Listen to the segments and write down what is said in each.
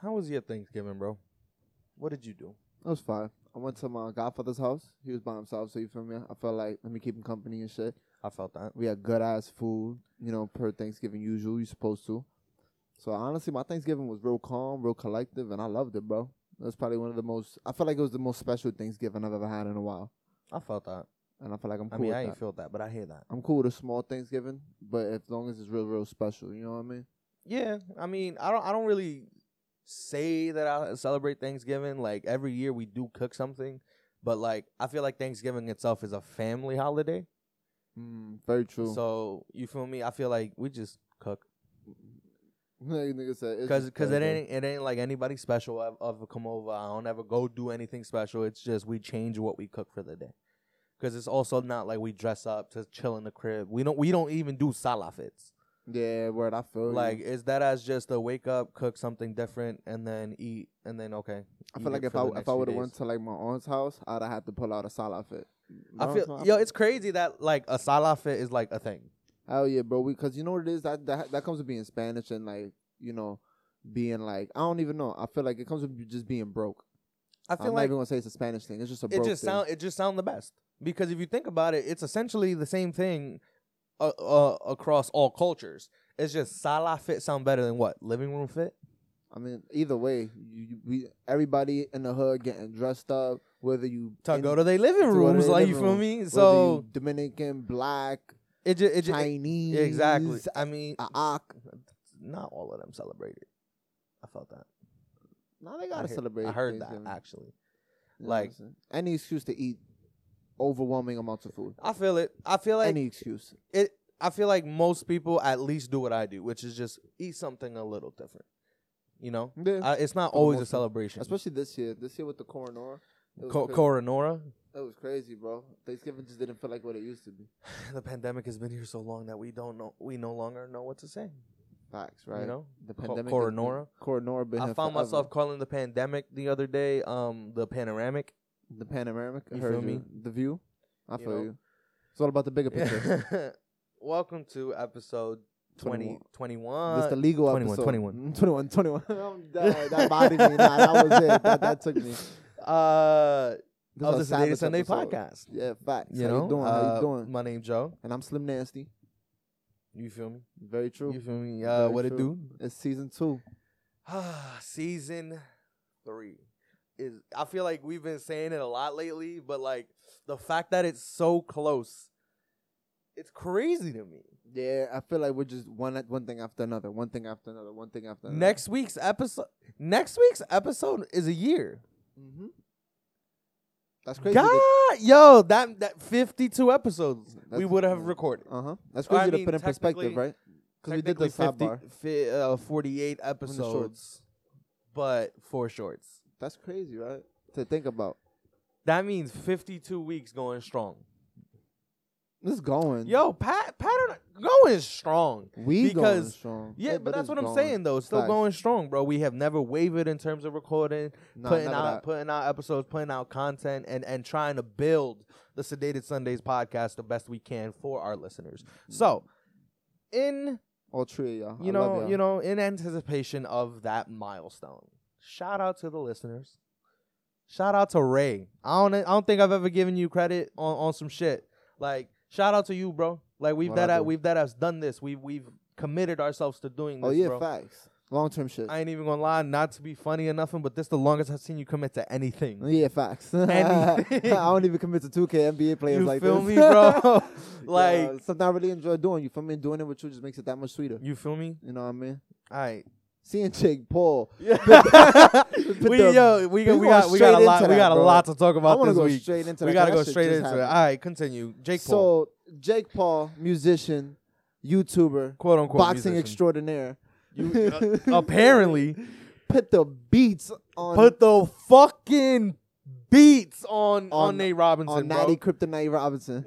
How was your Thanksgiving, bro? What did you do? It was fine. I went to my godfather's house. He was by himself, so you feel me? I felt like let me keep him company and shit. I felt that. We had good ass food, you know, per Thanksgiving usual. You supposed to. So honestly, my Thanksgiving was real calm, real collective, and I loved it, bro. That's probably one of the most. I feel like it was the most special Thanksgiving I've ever had in a while, I felt that. and I feel like I'm I cool. mean, with I that. ain't feel that, but I hear that. I'm cool with a small Thanksgiving, but as long as it's real, real special, you know what I mean? Yeah, I mean, I don't, I don't really say that I celebrate Thanksgiving. Like every year we do cook something, but like I feel like Thanksgiving itself is a family holiday. Mm, very true. Hmm. So you feel me? I feel like we just cook Like nigga said, it's because just cause it Thursday. ain't it ain't like anybody special ever, ever come over. I don't ever go do anything special. It's just we change what we cook for the day. Cause it's also not like we dress up to chill in the crib. We don't we don't even do salafits. Oh, Yeah, word. I feel you. Like is that as just a wake up, cook something different, and then eat, and then okay. I eat feel it like if for I the if next I few would have days. went to like my aunt's house, I'd have had to pull out a salad fit. I feel yo, it's crazy that like a salafit is like a thing. Oh yeah, bro. Because you know what it is that that that comes with being Spanish and like you know being like I don't even know. I feel like it comes with just being broke. I I feel am not like even gonna say it's a Spanish thing. It's just a it broke just thing. sound it just sound the best because if you think about it, it's essentially the same thing uh, uh, across all cultures. It's just sala fit sound better than what living room fit. I mean, either way, you, you, we everybody in the hood getting dressed up. Whether you To in- go to their living to go to rooms, their like you living feel room, me. whether So you Dominican, black, it just it just Chinese, uh, exactly. I mean, a Ak. not all of them celebrated. I felt that. Now they I gotta hear- celebrate. I heard that Thanksgiving. actually. You know what like- I'm saying? any excuse to eat overwhelming amounts of food. I feel it. I feel like any excuse. it I feel like most people at least do what I do, which is just eat something a little different. You know? Yeah. I, it's not For the always most a part. celebration. Especially Especially this year. This year with the coronor. It was, Co- cra- Coronora. it was crazy, bro. Thanksgiving just didn't feel like what it used to be. The pandemic has been here so long that we don't know we no longer know what to say. Facts, right? You know? the Co- pandemic. Coronora. Coronora been I here found forever. myself calling the pandemic the other day, um, the panoramic. the panoramic. I You heard feel you. me? The view. I You feel know? you. It's all about the bigger picture. Welcome to episode 20, 21. This the legal 21, episode. 21. Mm, 21, 21. I'm dead. That bothered me. Nah, that was it. That, that took me. Uh, This of is the a Saturday savage Sunday episode. podcast. Yeah, facts. You How know, you doing? How Uh, you doing? My name Joe. And I'm Slim Nasty. You feel me? Very true. You feel me? Uh, Very what true. It's season two. it do? Season three is. I feel like we've been saying it a lot lately, but like the fact that it's so close, it's crazy to me. Yeah, I feel like we're just one one thing after another, one thing after another, one thing after another. Next week's episode. Next week's episode is a year. Mm-hmm. hmm That's crazy. God, yo, that that fifty-two episodes we That's- would have recorded. Uh huh. That's Or, I crazy to mean, put in perspective, technically- right? Because we did the Technically 50 sidebar. fi- uh, forty-eight shorts. episodes, but four shorts. That's crazy, right? To think about. That means 52 weeks going strong. This is going. Yo, Pat, Pat are going strong. we going because- strong. Yeah, but that's it's what I'm going. saying though. It's Still Facts. going strong, bro. We have never wavered in terms of recording, Nah, putting never out that. putting out episodes, putting out content, and and trying to build the Sedated Sundays podcast the best we can for our listeners. Mm. So, in All three of y'all. you know you know in anticipation of that milestone, shout out to the listeners. Shout out to Ray. I don't I don't think I've ever given you credit on, on some shit. Like shout out to you, bro. Like we've What that I at, do? we've that has done this. We we've committed ourselves to doing this, Oh yeah, bro. facts. Long term shit. I ain't even gonna lie, not to be funny or nothing, but this the longest I've seen you commit to anything. yeah, facts. I Anything. don't even commit to 2K NBA players You like feel this. me, bro? like Yeah, something I really enjoy doing. You feel me? Doing it with you just makes it that much sweeter. you feel me? You know what I mean? All right. Seeing Jake Paul. Yeah. Put we the- yo, we, got we we going got we straight got a lot into we that, got a bro. lot to talk I about want to this go week. straight into We that, gotta 'cause go that shit straight just into it. happened. All right, continue. Jake Paul, So Jake Paul, musician, YouTuber, quote unquote, boxing musician. extraordinaire. You, uh, apparently, Put the beats on put the fucking beats on on, On- Nate Robinson, on bro. Natty Kryptonite Robinson.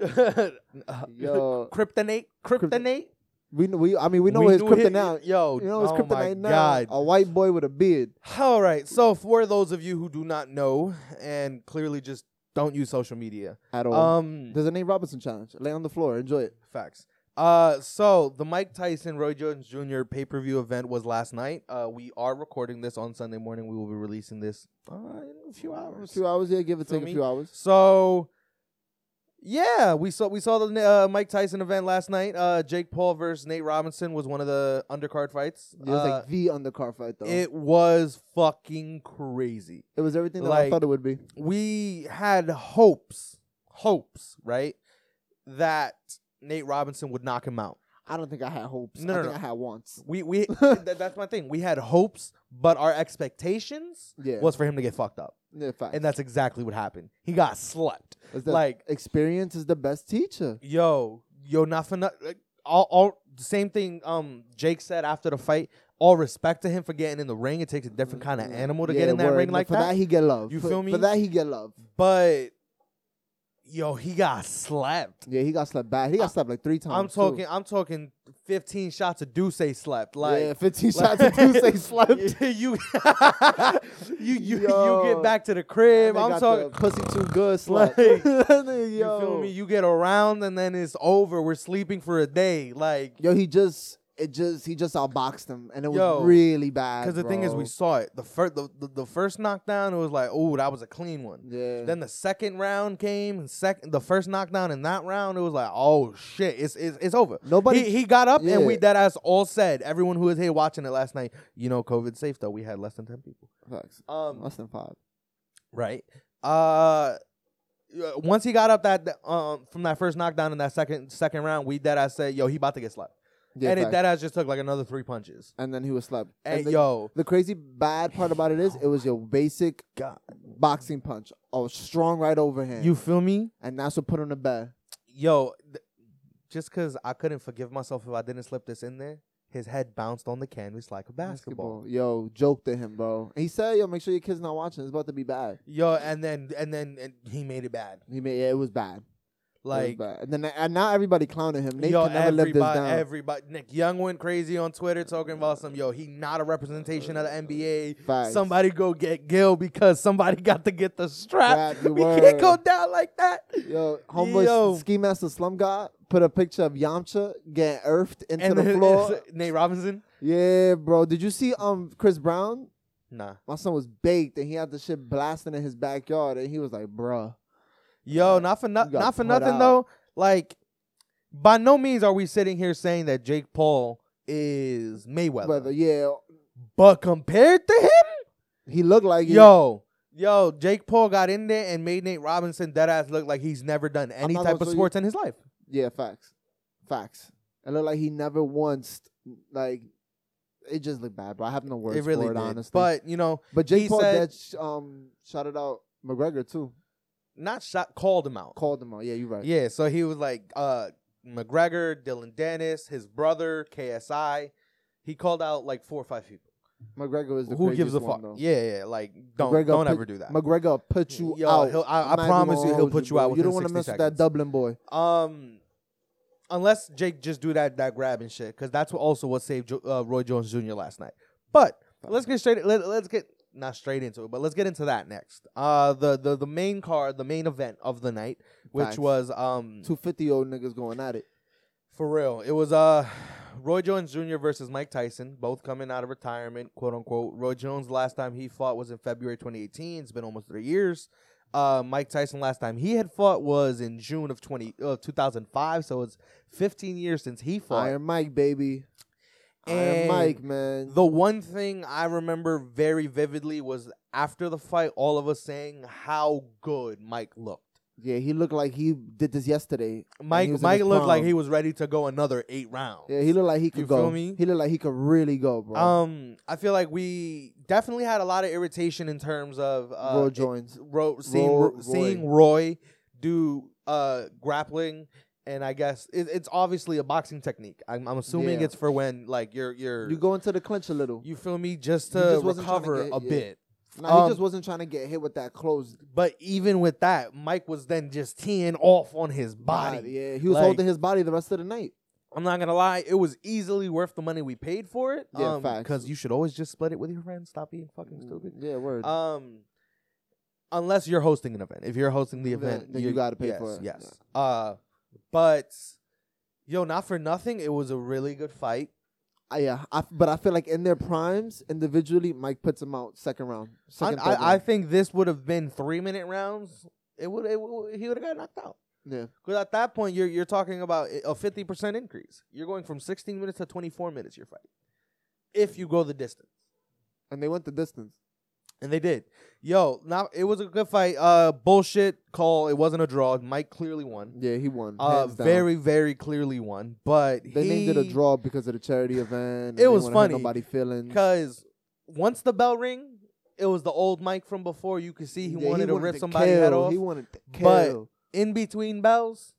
Yo. kryptonite, kryptonite. We kn- we I mean we know his knew his- kryptonite. Yo, You know his oh my kryptonite now. Oh. god. A white boy with a beard. All right. So for those of you who do not know and clearly just don't use social media, At all. um, Mm. There's a name Robinson challenge. Lay on the floor. Enjoy it. facts. Uh, so the Mike Tyson Roy Jones Jr. pay per view event was last night. Uh, we are recording this on Sunday morning. We will be releasing this uh, in a few hours. Two hours, yeah, give or Feel take a me? few hours. So, yeah, we saw we saw the uh, Mike Tyson event last night. Uh, Jake Paul versus Nate Robinson was one of the undercard fights. It was Uh, like the undercar fight though. It, it was fucking crazy. was everything that I like- thought it would be. We had hopes, hopes, right, that Nate Robinson would knock him out. I don't think I had hopes. No, I no, think no. I had wants. We we th- that's my thing. We had hopes, but our expectations Yeah. was for him to get fucked up, yeah, fact. and that's exactly what happened. He got slept. Is that like- experience is the best teacher. Yo, yo, not for not. Like, all, all the same thing. Um, Jake said after the fight. All respect to him for getting in the ring. It takes a different kind of animal to Mm. Mm-hmm. Yeah, get in that word. ring No, like for that. that. he get love. You for, feel me? For that he get love. But yo, he got slept. Yeah, he got slapped bad. He got slapped like three times. I'm too. talking. I'm talking. Fifteen shots of Duce slept. Like yeah, fifteen like- shots of Tuesday slapped. you, you, you, you Yo. get back to the That crib. nigga I'm got talking. the pussy too good Like, slap. That nigga, You feel me? You get around and then it's over. We're sleeping for a day. Like, Yo, he just it just he just outboxed him, and it was Yo, really bad. because the thing is, we bro. saw it. The first, the, the, the first knockdown, it was like, oh, that was a clean one. yeah. Then the second round came, and second, the first knockdown in that round, it was like, oh shit, it's it's, it's over. Nobody- He, he got up, and we Yeah. dead ass all said. Everyone who was here watching it last night, you know, COVID safe though. We had less than ten people. Facts. Um, less than five. right? Uh, uh, once he got up that that, um from that first knockdown in that second second round, we dead ass said, "Yo, he about to get slapped," Yeah, and it facts. dead ass just took like another three punches. and then he was slapped. And, the, yo, the crazy bad part about it is, it was your basic God, boxing punch, a strong right overhand, you feel me? and that's what put him to bed. Yo, th- just because I couldn't forgive myself if I didn't slip this in there, his head bounced on the canvas like a basketball. Yo, joke to him, bro. He said, "Yo, make sure your kid's not watching. It's about to be bad." Yo, and then and then and he made it bad. He made yeah, it was bad. it was Like bad. and then and now everybody clowning him. Nate yo, can never live this everybody, down. everybody. Nick Young went crazy on Twitter talking about some yo. He not a representation of the NBA. Facts. Somebody go get Gil because somebody got to get the strap. Strap, you we can't word. go down like that. Yo, homeboy Yo. ski master slum guy put a picture of Yamcha getting earthed into the then floor. it's uh, Nate Robinson. yeah, bro. Did you see um Chris Brown? Nah. My son was baked and he had the shit blasting in his backyard and he was like, bruh. Yo, not for no- You got not for put nothing out. though. Like, by no means are we sitting here saying that Jake Paul is Mayweather, Brother, yeah. but compared to him. He looked like he- Yo, yo, Jake Paul got in there and made Nate Robinson dead ass look like he's never done any not type gonna of say- sports in his life. Yeah, facts. Facts. It looked like he never once like it just looked bad, bro. I have no words It really for it, did. honestly. But you know, but Jake he Paul said- did sh- um shouted out McGregor too. not shot called him out. Called him out. Yeah, you're right. Yeah, so he was like uh McGregor, Dylan Dennis, his brother, KSI. He called out like four or five people. McGregor is the Who gives craziest a one, fuck? though. Yeah, yeah, like don't McGregor don't put- ever do that. McGregor put you Yo, out. he'll- I- I'm I not even promise gonna you he'll hold put you bro. out You within don't wanna 60 mess with that seconds. Dublin boy. Um, unless Jake just do that that grab and shit, because that's what also what saved jo- uh, Roy Jones Jr. last night. But let's get straight. Let, let's get not straight into it, but let's get into that next. Uh, the the the main card, the main event of the night, which Facts. was um Two fifty old niggas going at it. for real, it was uh. Roy Jones Jr. versus Mike Tyson, both coming out of retirement, quote unquote. Roy Jones last time he fought was in February 2018. It's been almost three years. Uh, Mike Tyson last time he had fought was in June of 20 uh, 2005, so it's 15 years since he fought. Iron Mike, baby. Iron And Mike, man. The one thing I remember very vividly was after the fight, all of us saying how good Mike looked. Yeah, he looked like he did this yesterday. and Mike he was in Mike his looked like prime. he was ready to go another eight rounds. Yeah, he looked like he could You go. feel me? He looked like he could really go, bro. Um, I feel like we definitely had a lot of irritation in terms of uh, Roy it- joins. Ro- seeing Roy- Ro- seeing Roy do uh grappling, and I guess it, it's obviously a boxing technique. I'm, I'm assuming Yeah. it's for when like you're you're You go into the clinch a little. you feel me just to You just wasn't trying to recover get- a yeah. bit. nah, he um, just wasn't trying to get hit with that close But even with that, Mike was then just teeing off on his body. body. Yeah, he was Like- holding his body the rest of the night. I'm not gonna lie, it was easily worth the money we paid for it. Yeah, facts. Because you should always just split it with your friends. Stop being fucking stupid. Yeah, word. Mm. Um, unless you're hosting an event. If you're hosting the Then- event, then you gotta pay yes, for it. Yes. Uh, but Yo, not for nothing, it was a really good fight. I, yeah, I, but I feel like in their primes, individually, Mike puts them out second round. I, Second, third I, I round. think this would have been three minute rounds. It would, it would he would have got knocked out. yeah, Because at that point, you're you're talking about a fifty percent increase. You're going from sixteen minutes to twenty four minutes. Your fight, if you go the distance, and they went the distance. and they did. Yo, now it was a good fight. Uh, bullshit call. It wasn't a draw. Mike clearly won. Yeah, he won. Uh, hands down. very very clearly won. But They named it a he- draw because of the charity event. and It they was wanna hurt funny, Nobody feeling. Because once the bell ring, it was the old Mike from before. You could see he wanted to rip somebody head off. He wanted to But- kill. In between bells,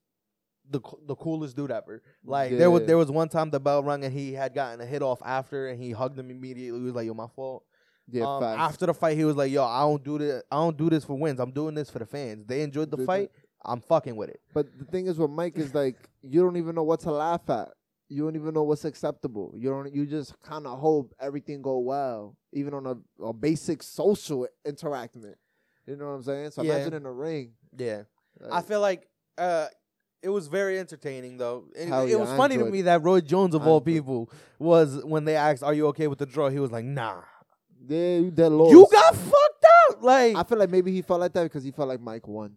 the co- the coolest dude ever. Like there was Yeah. there was one time the bell rung and he had gotten a hit off after and he hugged him immediately. He was like, "Yo, my fault." yeah, Um, facts. after the fight, he was like, "Yo, I don't do this. I don't do this for wins. I'm doing this for the fans. They enjoyed the Did fight. I'm fucking with it." But the thing is, with Mike is like, you don't even know what to laugh at. You don't even know what's acceptable. You don't. You just kind of hope everything go well, even on a, a basic social interaction. You know what I'm saying? So Yeah. imagine in a ring. Yeah, I like, feel like uh, it was very entertaining though. It, Hell it yeah, was I funny to enjoyed me that Roy Jones of I all enjoyed it. people was when they asked, "Are you okay with the draw?" He was like, "Nah." yeah, you dead lost. You got fucked up, like. I feel like maybe he felt like that because he felt like Mike won.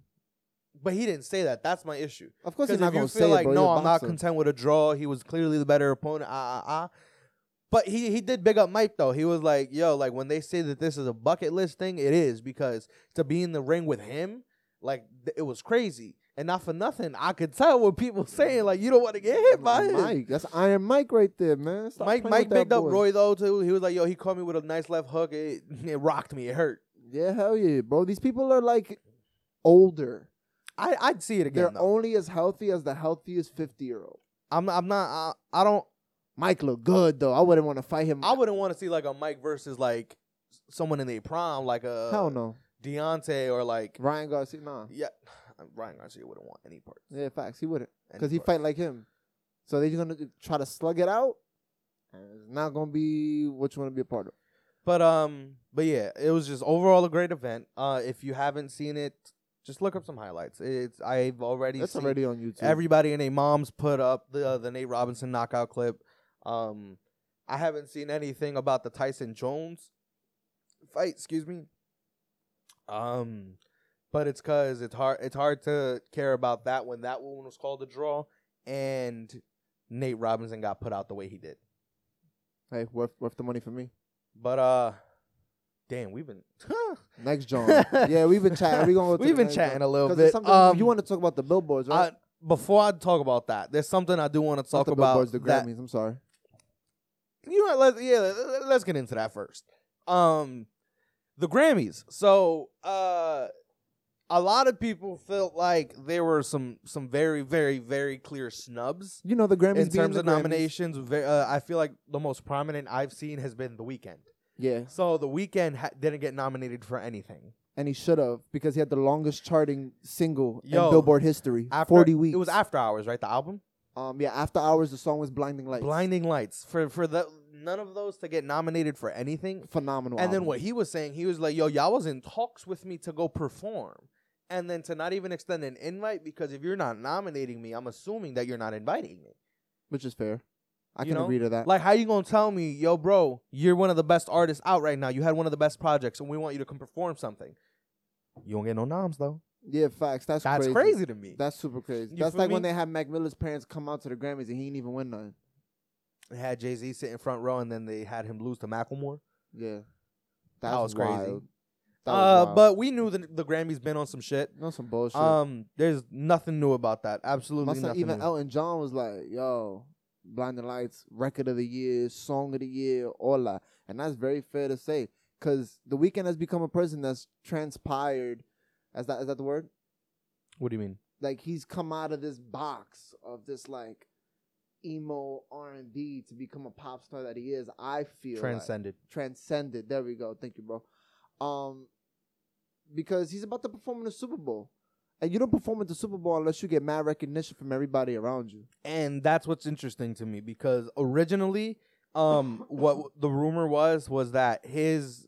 but he didn't say that. That's my issue. Of Because course, he's if not you gonna feel say like, it, bro. no, You're a I'm not boxer. content with a draw. He was clearly the better opponent. Ah, ah, ah. But he, he did big up Mike though. He was like, yo, like when they say that this is a bucket list thing, it is because to be in the ring with him, like th- it was crazy. And not for nothing, I could tell what people saying. Like you don't want to get hit by him. Mike, Mike. That's Iron Mike right there, man. Stop Mike, playing with that picked up boy. Roy though too. He was like, yo, he caught me with a nice left hook. It, it rocked me. It hurt. Yeah, hell yeah, bro. These people are like older. I I'd see it again. They're though. only as healthy as the healthiest fifty year old. I'm I'm not. I, I don't. Mike look good though. I wouldn't want to fight him. I wouldn't want to see like a Mike versus like someone in their prime, like a Hell no. Deontay or like Ryan Garcia, nah. uh, yeah, Ryan Garcia wouldn't want any part Yeah, facts. He wouldn't, any cause he part. fight like him. So they just gonna uh, try to slug it out. And it's not gonna be what you want to be a part of. But um, but yeah, it was just overall a great event. Uh, if you haven't seen it, just look up some highlights. It's I've already That's seen already on YouTube. everybody and their moms put up the uh, the Nate Robinson knockout clip. Um, I haven't seen anything about the Tyson Jones fight. Excuse me. Um, but it's cause it's hard it's hard to care about that when that one was called a draw and Nate Robinson got put out the way he did. hey, worth worth the money for me. But uh, damn, we've been Next John. yeah, we've been chatting. We gonna go to we've the been next chatting John. a little 'Cause there's bit. something- Um, you want to talk about the billboards, right? I, before I talk about that, there's something I do want to Not talk the about billboards, the that Grammys. I'm sorry. you know, let's yeah, let- let- let's get into that first. Um, the Grammys. So, uh, a lot of people felt like there were some some very very very clear snubs You know the Grammys in being terms the of Grammys. nominations. Ve- Uh, I feel like the most prominent I've seen has been The Weeknd. Yeah, So The Weeknd ha- didn't get nominated for anything. and he should have because he had the longest charting single Yo, in Billboard history, After, forty weeks. It was After Hours, right? The album. um, yeah, after hours, the song was "Blinding Lights." Blinding Lights. For for the none of those to get nominated for anything phenomenal. And then album. what he was saying, he was like, "Yo, y'all was in talks with me to go perform, and then to not even extend an invite because if you're not nominating me, I'm assuming that you're not inviting me. which is fair. I You can know? agree to that. Like, how you gonna tell me, yo, bro, you're one of the best artists out right now. You had one of the best projects, and we want you to come perform something. You don't get no noms though. yeah, facts. That's That's crazy. crazy, to me. That's super crazy. You That's feel like when me? they had Mac Miller's parents come out to the Grammys and he didn't even win none. They had Jay Z sit in front row, and then they had him lose to Macklemore. Yeah, That was crazy. wild. That was Uh, wild. but we knew that the Grammys been on some shit. no some bullshit. Um, there's nothing new about that. Absolutely My son, nothing. even new. Elton John was like, "Yo, Blinding Lights, record of the year, song of the year, all that," and that's very fair to say because The Weeknd has become a person that's transpired. Is that is that the word? what do you mean? like he's come out of this box of this like emo R and B to become a pop star that he is. I feel like. Transcended. transcended. There we go. Thank you, bro. Um, because he's about to perform in the Super Bowl, and you don't perform at the Super Bowl unless you get mad recognition from everybody around you. and that's what's interesting to me because originally um what the rumor was was that his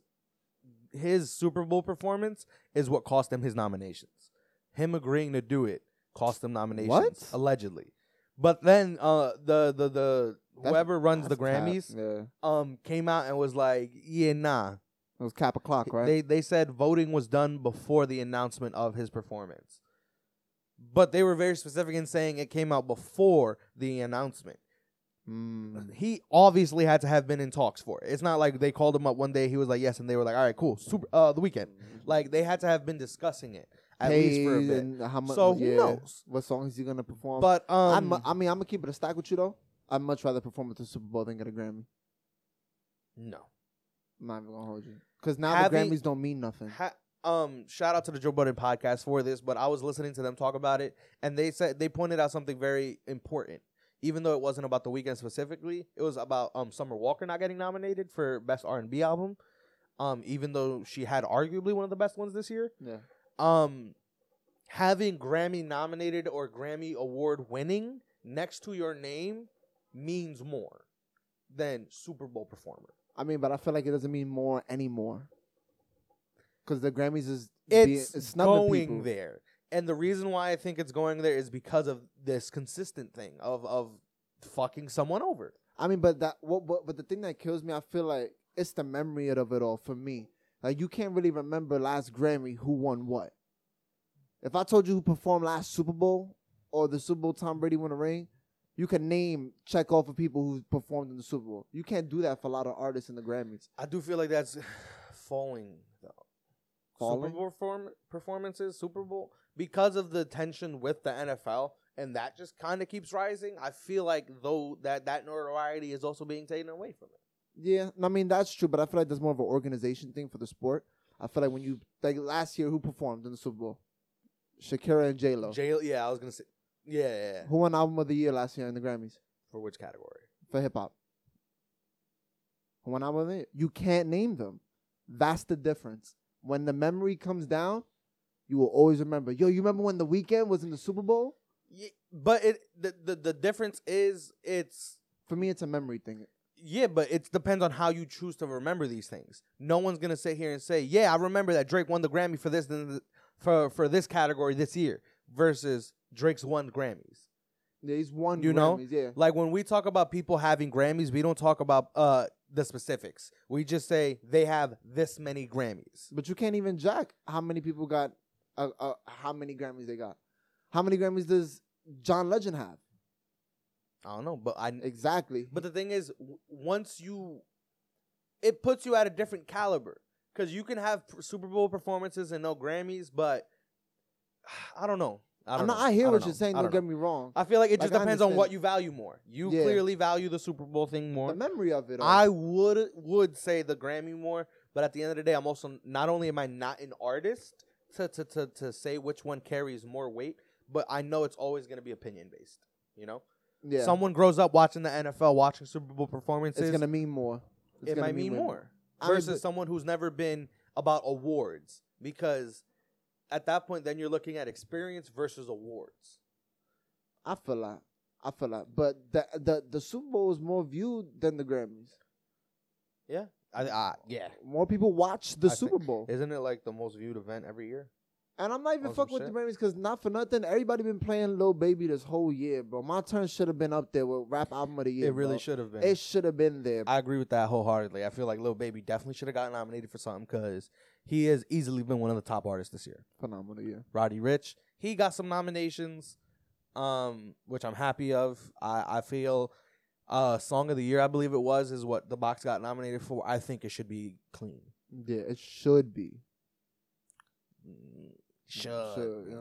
his Super Bowl performance is what cost him his nominations. Him agreeing to do it cost him nominations What? allegedly. But then uh, the the the That's- whoever runs the That's cap. Grammys Yeah. um came out and was like, yeah, nah. It was cap o'clock, right? They they said voting was done before the announcement of his performance. But they were very specific in saying it came out before the announcement. mm. Mm-hmm. He obviously had to have been in talks for it. It's not like they called him up one day, he was like yes, and they were like, All right, cool, super uh the weekend. Like they had to have been discussing it at least for a Paid bit. and how much? So who yeah. knows? What song is he gonna perform? But I'm, um I mean, I'm gonna keep it a stack with you though. I'd much rather perform at the Super Bowl than get a Grammy. no. I'm not even gonna hold you. Cause now Having- the Grammys don't mean nothing. Ha- um, shout out to the Joe Budden podcast for this, but I was listening to them talk about it, and they said they pointed out something very important. Even though it wasn't about the weekend specifically, it was about um Summer Walker not getting nominated for best R and B album. Um, even though she had arguably one of the best ones this year, Yeah. um, having Grammy nominated or Grammy award winning next to your name means more than Super Bowl performer. I mean, but I feel like it doesn't mean more anymore. Cause the Grammys is being- it's snubbing going people. there. And the reason why I think it's going there is because of this consistent thing of of fucking someone over. I mean, but that what, what but the thing that kills me, I feel like it's the memory of it all for me. Like you can't really remember last Grammy who won what. If I told you who performed last Super Bowl or the Super Bowl Tom Brady won a ring, you can name check off of people who performed in the Super Bowl. You can't do that for a lot of artists in the Grammys. I do feel like that's falling though. Falling? Super Bowl perform- performances, Super Bowl because of the tension with the NFL and that just kind of keeps rising. I feel like though that that notoriety is also being taken away from it. Yeah, I mean that's true, but I feel like that's more of an organization thing for the sport. I feel like when you like last year, who performed in the Super Bowl? Shakira and J Lo. Jail, yeah, I was gonna say, yeah, yeah, yeah. Who won Album of the Year last year in the Grammys? for which category? for hip hop. When I'm with it, you can't name them. That's the difference. When the memory comes down, you will always remember. Yo, you remember when the weekend was in the Super Bowl? Yeah, but it the, the the difference is it's For me, it's a memory thing. Yeah, but it depends on how you choose to remember these things. No one's gonna sit here and say, "Yeah, I remember that Drake won the Grammy for this and th- for for this category this year," versus Drake's won Grammys. Yeah, he's one. You know? Grammys, yeah. Like when we talk about people having Grammys, we don't talk about uh the specifics. We just say they have this many Grammys. But you can't even jack how many people got, uh, uh, how many Grammys they got. How many Grammys does John Legend have? I don't know, but I Exactly. But the thing is, w- once you, it puts you at a different caliber because you can have p- Super Bowl performances and no Grammys, but I don't know. I I, don't am not, know. I hear don't what know. you're saying. I Don't, don't get know. me wrong. I feel like it Like, just I depends on what understand. you value more. You Yeah. clearly value the Super Bowl thing The more. memory of it. all. I would would say the Grammy more, but at the end of the day, I'm also not only am I not an artist to to to, to say which one carries more weight, but I know it's always going to be opinion based. You know, yeah. someone grows up watching the NFL, watching Super Bowl performances it's gonna mean more. It's it gonna might mean way more I mean, versus but- someone who's never been about awards because at that point then you're looking at experience versus awards I feel like. I feel like. But the the the Super Bowl is more viewed than the Grammys. I, I, yeah More people watch the I Super Bowl. isn't it like the most viewed event every year and I'm not even Oh, some fucking with shit. the Grammys because not for nothing, everybody been playing Lil Baby this whole year, bro. My turn should have been up there with rap album of the year. it really bro. should have been It should have been there. i agree with that wholeheartedly i feel like Lil baby definitely should have got nominated for something because he has easily been one of the top artists this year Phenomenal year. roddy rich he got some nominations um which i'm happy of i i feel uh song of the year i believe it was is what the box got nominated for i think it should be clean Yeah, it should be. Should. you know what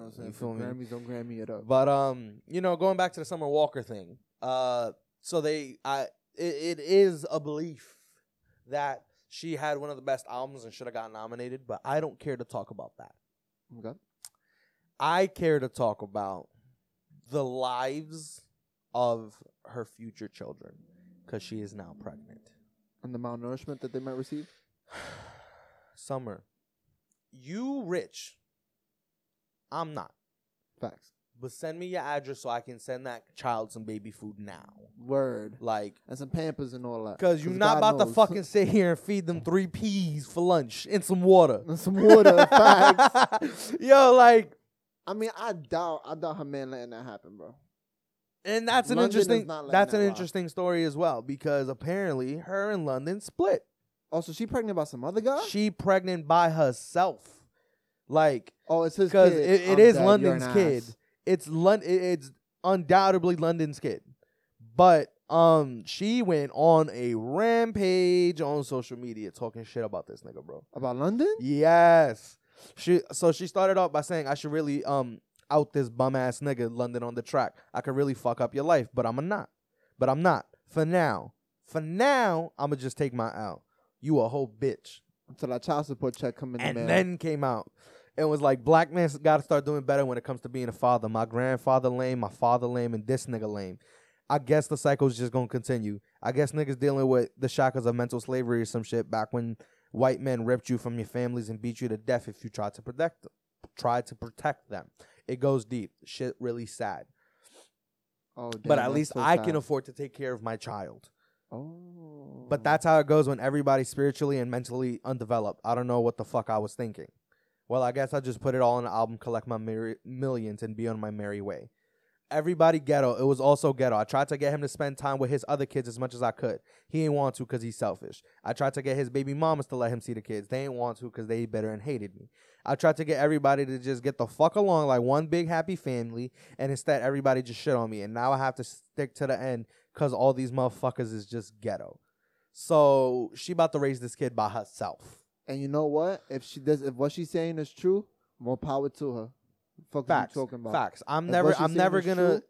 I'm saying? Mm, You feel me? Grammys don't Grammy it up. Oh But um, you know, going back to the Summer Walker thing, uh, so they, I, it, it is a belief that she had one of the best albums and should have gotten nominated, but I don't care to talk about that. Okay. I care to talk about the lives of her future children because she is now pregnant. And the malnourishment that they might receive. Summer, you rich. I'm not. Facts. but send me your address so I can send that child some baby food now. Word. Like, And some pampers and all that. cause you're not God about to knows. fucking sit here and feed them three peas for lunch and some water. And some water. Facts. Yo, like I mean, I doubt, I doubt her man letting that happen, bro. And that's an London is interesting not like that's that an a lot. interesting story as well because apparently her and London split. Oh, so she pregnant by some other guy? She pregnant by herself. Like oh, it's his because kid. it, it I'm is dead, you're London's an kid. ass. It's Lon- it- It's undoubtedly London's kid, but um, she went on a rampage on social media talking shit about this nigga, bro. About London? Yes, she. So she started off by saying, "I should really um out this bum ass nigga London on the track. I could really fuck up your life, but I'm a not. But I'm not for now. For now, I'ma just take my out. You a whole bitch." Until that child support check come in the and mail. then came out and was like, "Black men got to start doing better when it comes to being a father. My grandfather lame, my father lame, and this nigga lame. I guess the cycle's just gonna continue. I guess niggas dealing with the shackles of mental slavery or some shit back when white men ripped you from your families and beat you to death if you tried to protect them. Tried to protect them. It goes deep. Shit, really sad. oh, damn, but at that's least so I sad. can afford to take care of my child. Oh. But that's how it goes when everybody's spiritually and mentally undeveloped. I don't know what the fuck I was thinking. Well, I guess I'll just put it all on an album, collect my mer- millions, and be on my merry way. Everybody ghetto. It was also ghetto. I tried to get him to spend time with his other kids as much as I could. He ain't want to because he's selfish. I tried to get his baby mamas to let him see the kids. They ain't want to because they bitter and hated me. I tried to get everybody to just get the fuck along like one big happy family, and instead everybody just shit on me. And now I have to stick to the end because all these motherfuckers is just ghetto. So she about to raise this kid by herself. And you know what? If she does, if what she's saying is true, more power to her. Fuck Facts. you talking about? Facts. I'm If never. what she's I'm saying never is gonna. true,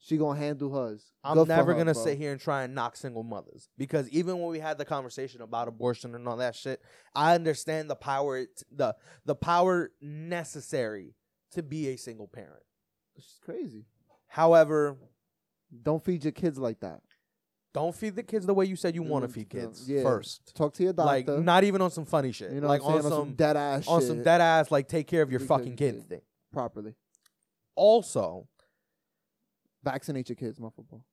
she gonna handle hers. I'm Good for never her, gonna bro. sit here and try and knock single mothers because even when we had the conversation about abortion and all that shit, I understand the power, it, the the power necessary to be a single parent. She's crazy. However, Don't feed your kids like that. don't don't feed the kids the way you said you want to Mm, feed yeah. kids Yeah. first. Talk to your Like doctor. not even on some funny shit. you know, like what I'm on saying? some on some dead ass on shit some dead ass like take care of your Because fucking kids it- thing. properly. Also, Vaccinate your kids, my football.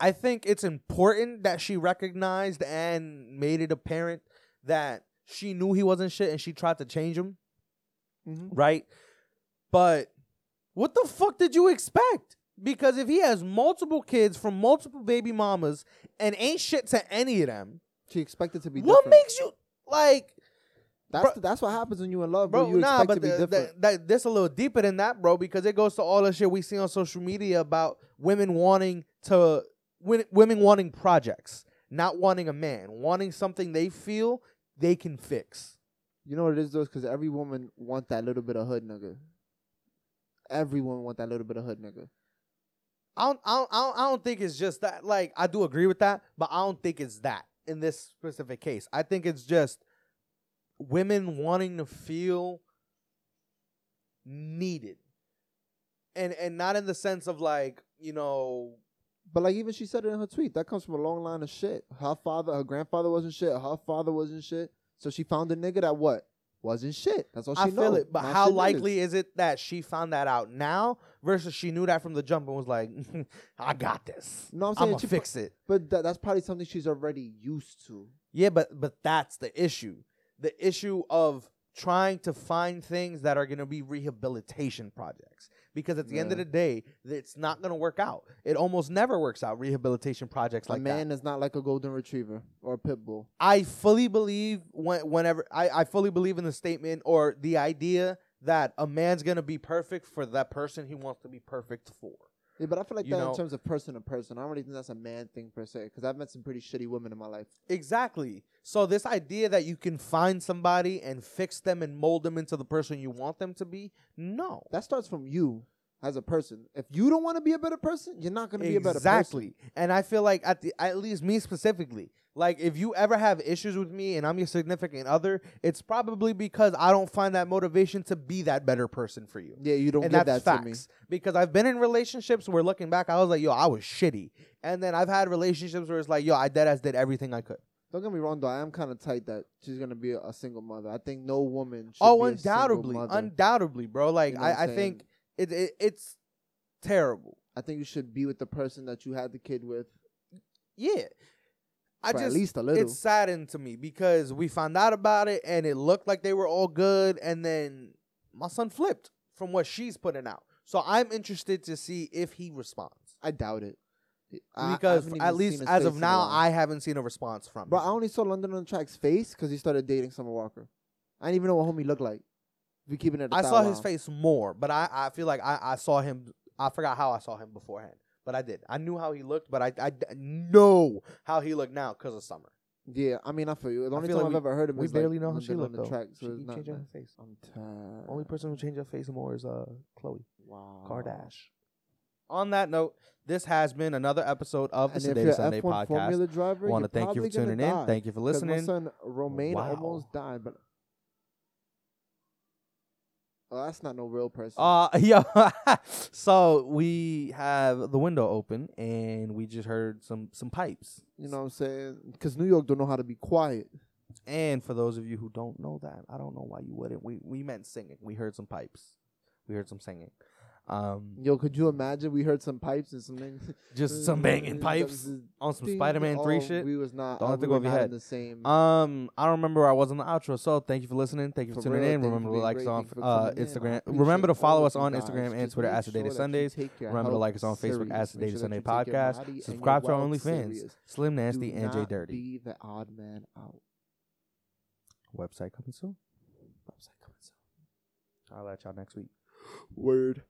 I think it's important that she recognized and made it apparent that she knew he wasn't shit and she tried to change him, Mm-hmm. right? But what the fuck did you expect? Because if he has multiple kids from multiple baby mamas and ain't shit to any of them, She expected to be what different. makes you like, that's bro- that's what happens when you in love, bro. bro? you nah, expect but to be the, different. the, that this a little deeper than that, bro. Because it goes to all the shit we see on social media about women wanting to win, women wanting projects, not wanting a man, wanting something they feel they can fix. You know what it is though, because every woman want that little bit of hood nigga. Every woman want that little bit of hood nigga. I don't, I don't, I don't, I don't think it's just that. Like, I do agree with that, but I don't think it's that in this specific case. I think it's just women wanting to feel needed, and and not in the sense of like you know, But like even she said it in her tweet, that comes from a long line of shit. Her father, her grandfather wasn't shit. Her father wasn't shit. So she found a nigga that what wasn't shit. That's all she I know. feel it. But Not how shit niggas. likely is it that she found that out now versus she knew that from the jump and was like, I got this. No, I'm I'm saying gonna she fix it. But that, that's probably something she's already used to. Yeah, but but that's the issue. The issue of trying to find things that are going to be rehabilitation projects because at the end of Yeah. the day, it's not going to work out. It almost never works out rehabilitation projects like a that. man is not like a golden retriever or a pit bull. I fully believe when, whenever I, I fully believe in the statement or the idea that a man's going to be perfect for that person he wants to be perfect for. Yeah, but I feel like You that know- in terms of person to person. I don't really think that's a man thing per se. Because I've met some pretty shitty women in my life. Exactly. So this idea that you can find somebody and fix them and mold them into the person you want them to be, no. That starts from you as a person. If you don't want to be a better person, you're not going to be a better person. exactly and i feel like at the at least me specifically like if you ever have issues with me and i'm your significant other it's probably because i don't find that motivation to be that better person for you Yeah, you don't and give that's that facts to me. because i've been in relationships where looking back i was like yo i was shitty and then i've had relationships where it's like yo i dead ass did everything i could Don't get me wrong, though. I am kind of tight that she's going to be a, a single mother. I think no woman should oh be a single undoubtedly mother. undoubtedly bro like You know what i, I I'm saying? think it, it it's terrible I think you should be with the person that you had the kid with yeah i for just at least a little. It saddened to me because we found out about it and it looked like they were all good, and then my son flipped from what she's putting out. So I'm interested to see if he responds I doubt it. I- I because haven't at even seen least his as face of in a now while. I haven't seen a response from Bro, him. I only saw London on Track's face because he started dating Summer Walker. I didn't even know what homie looked like. We keeping it. a I thou saw his wow. face more, but I, I feel like I, I saw him. I forgot how I saw him beforehand, but I did. I knew how he looked, but I, I d- know how he looked now because of summer. Yeah, I mean, I feel you. The I only feel time like I've we- ever heard him. we is, like, barely know how she looked London on though. the track, so she it's keep not changing that- her face. I'm tired. Only person who changed her face more is uh Chloe wow. Kardashian. On that note, this has been another episode of the And if Today you're Sunday F1 podcast. Formula driver, Want to you're thank you for probably gonna tuning in. die, Thank you for 'cause My listening. son Romain Wow. almost died, but oh, that's not no real person. Uh yeah. so we have the window open and we just heard some some pipes. you know what I'm saying? Because New York don't know how to be quiet. And for those of you who don't know that, I don't know why you wouldn't. We we meant singing. We heard some pipes. We heard some singing. Um Yo, could you imagine? We heard some pipes and some things. just some banging pipes on some Spider-Man 3 Oh, shit. We was not. Don't oh, let we that go were over your not in head. the same. Um, I don't remember where I was on the outro, so thank you for listening. Thank you for, For tuning real, in. thank you Remember for to being like us great. on Thank you for uh, tuning in. I Instagram. appreciate Remember to all follow of us you on guys. Instagram and Just Twitter make at Sedated sure that you Sundays. take your Remember to health like us on Facebook at serious. Sedated Make sure that Sunday you take your Podcast. body and Subscribe to your our wealth OnlyFans, serious. Slim Nasty Do and J not Dirty. Be the odd man out. Website coming soon. Website coming soon. I'll let y'all next week. Word.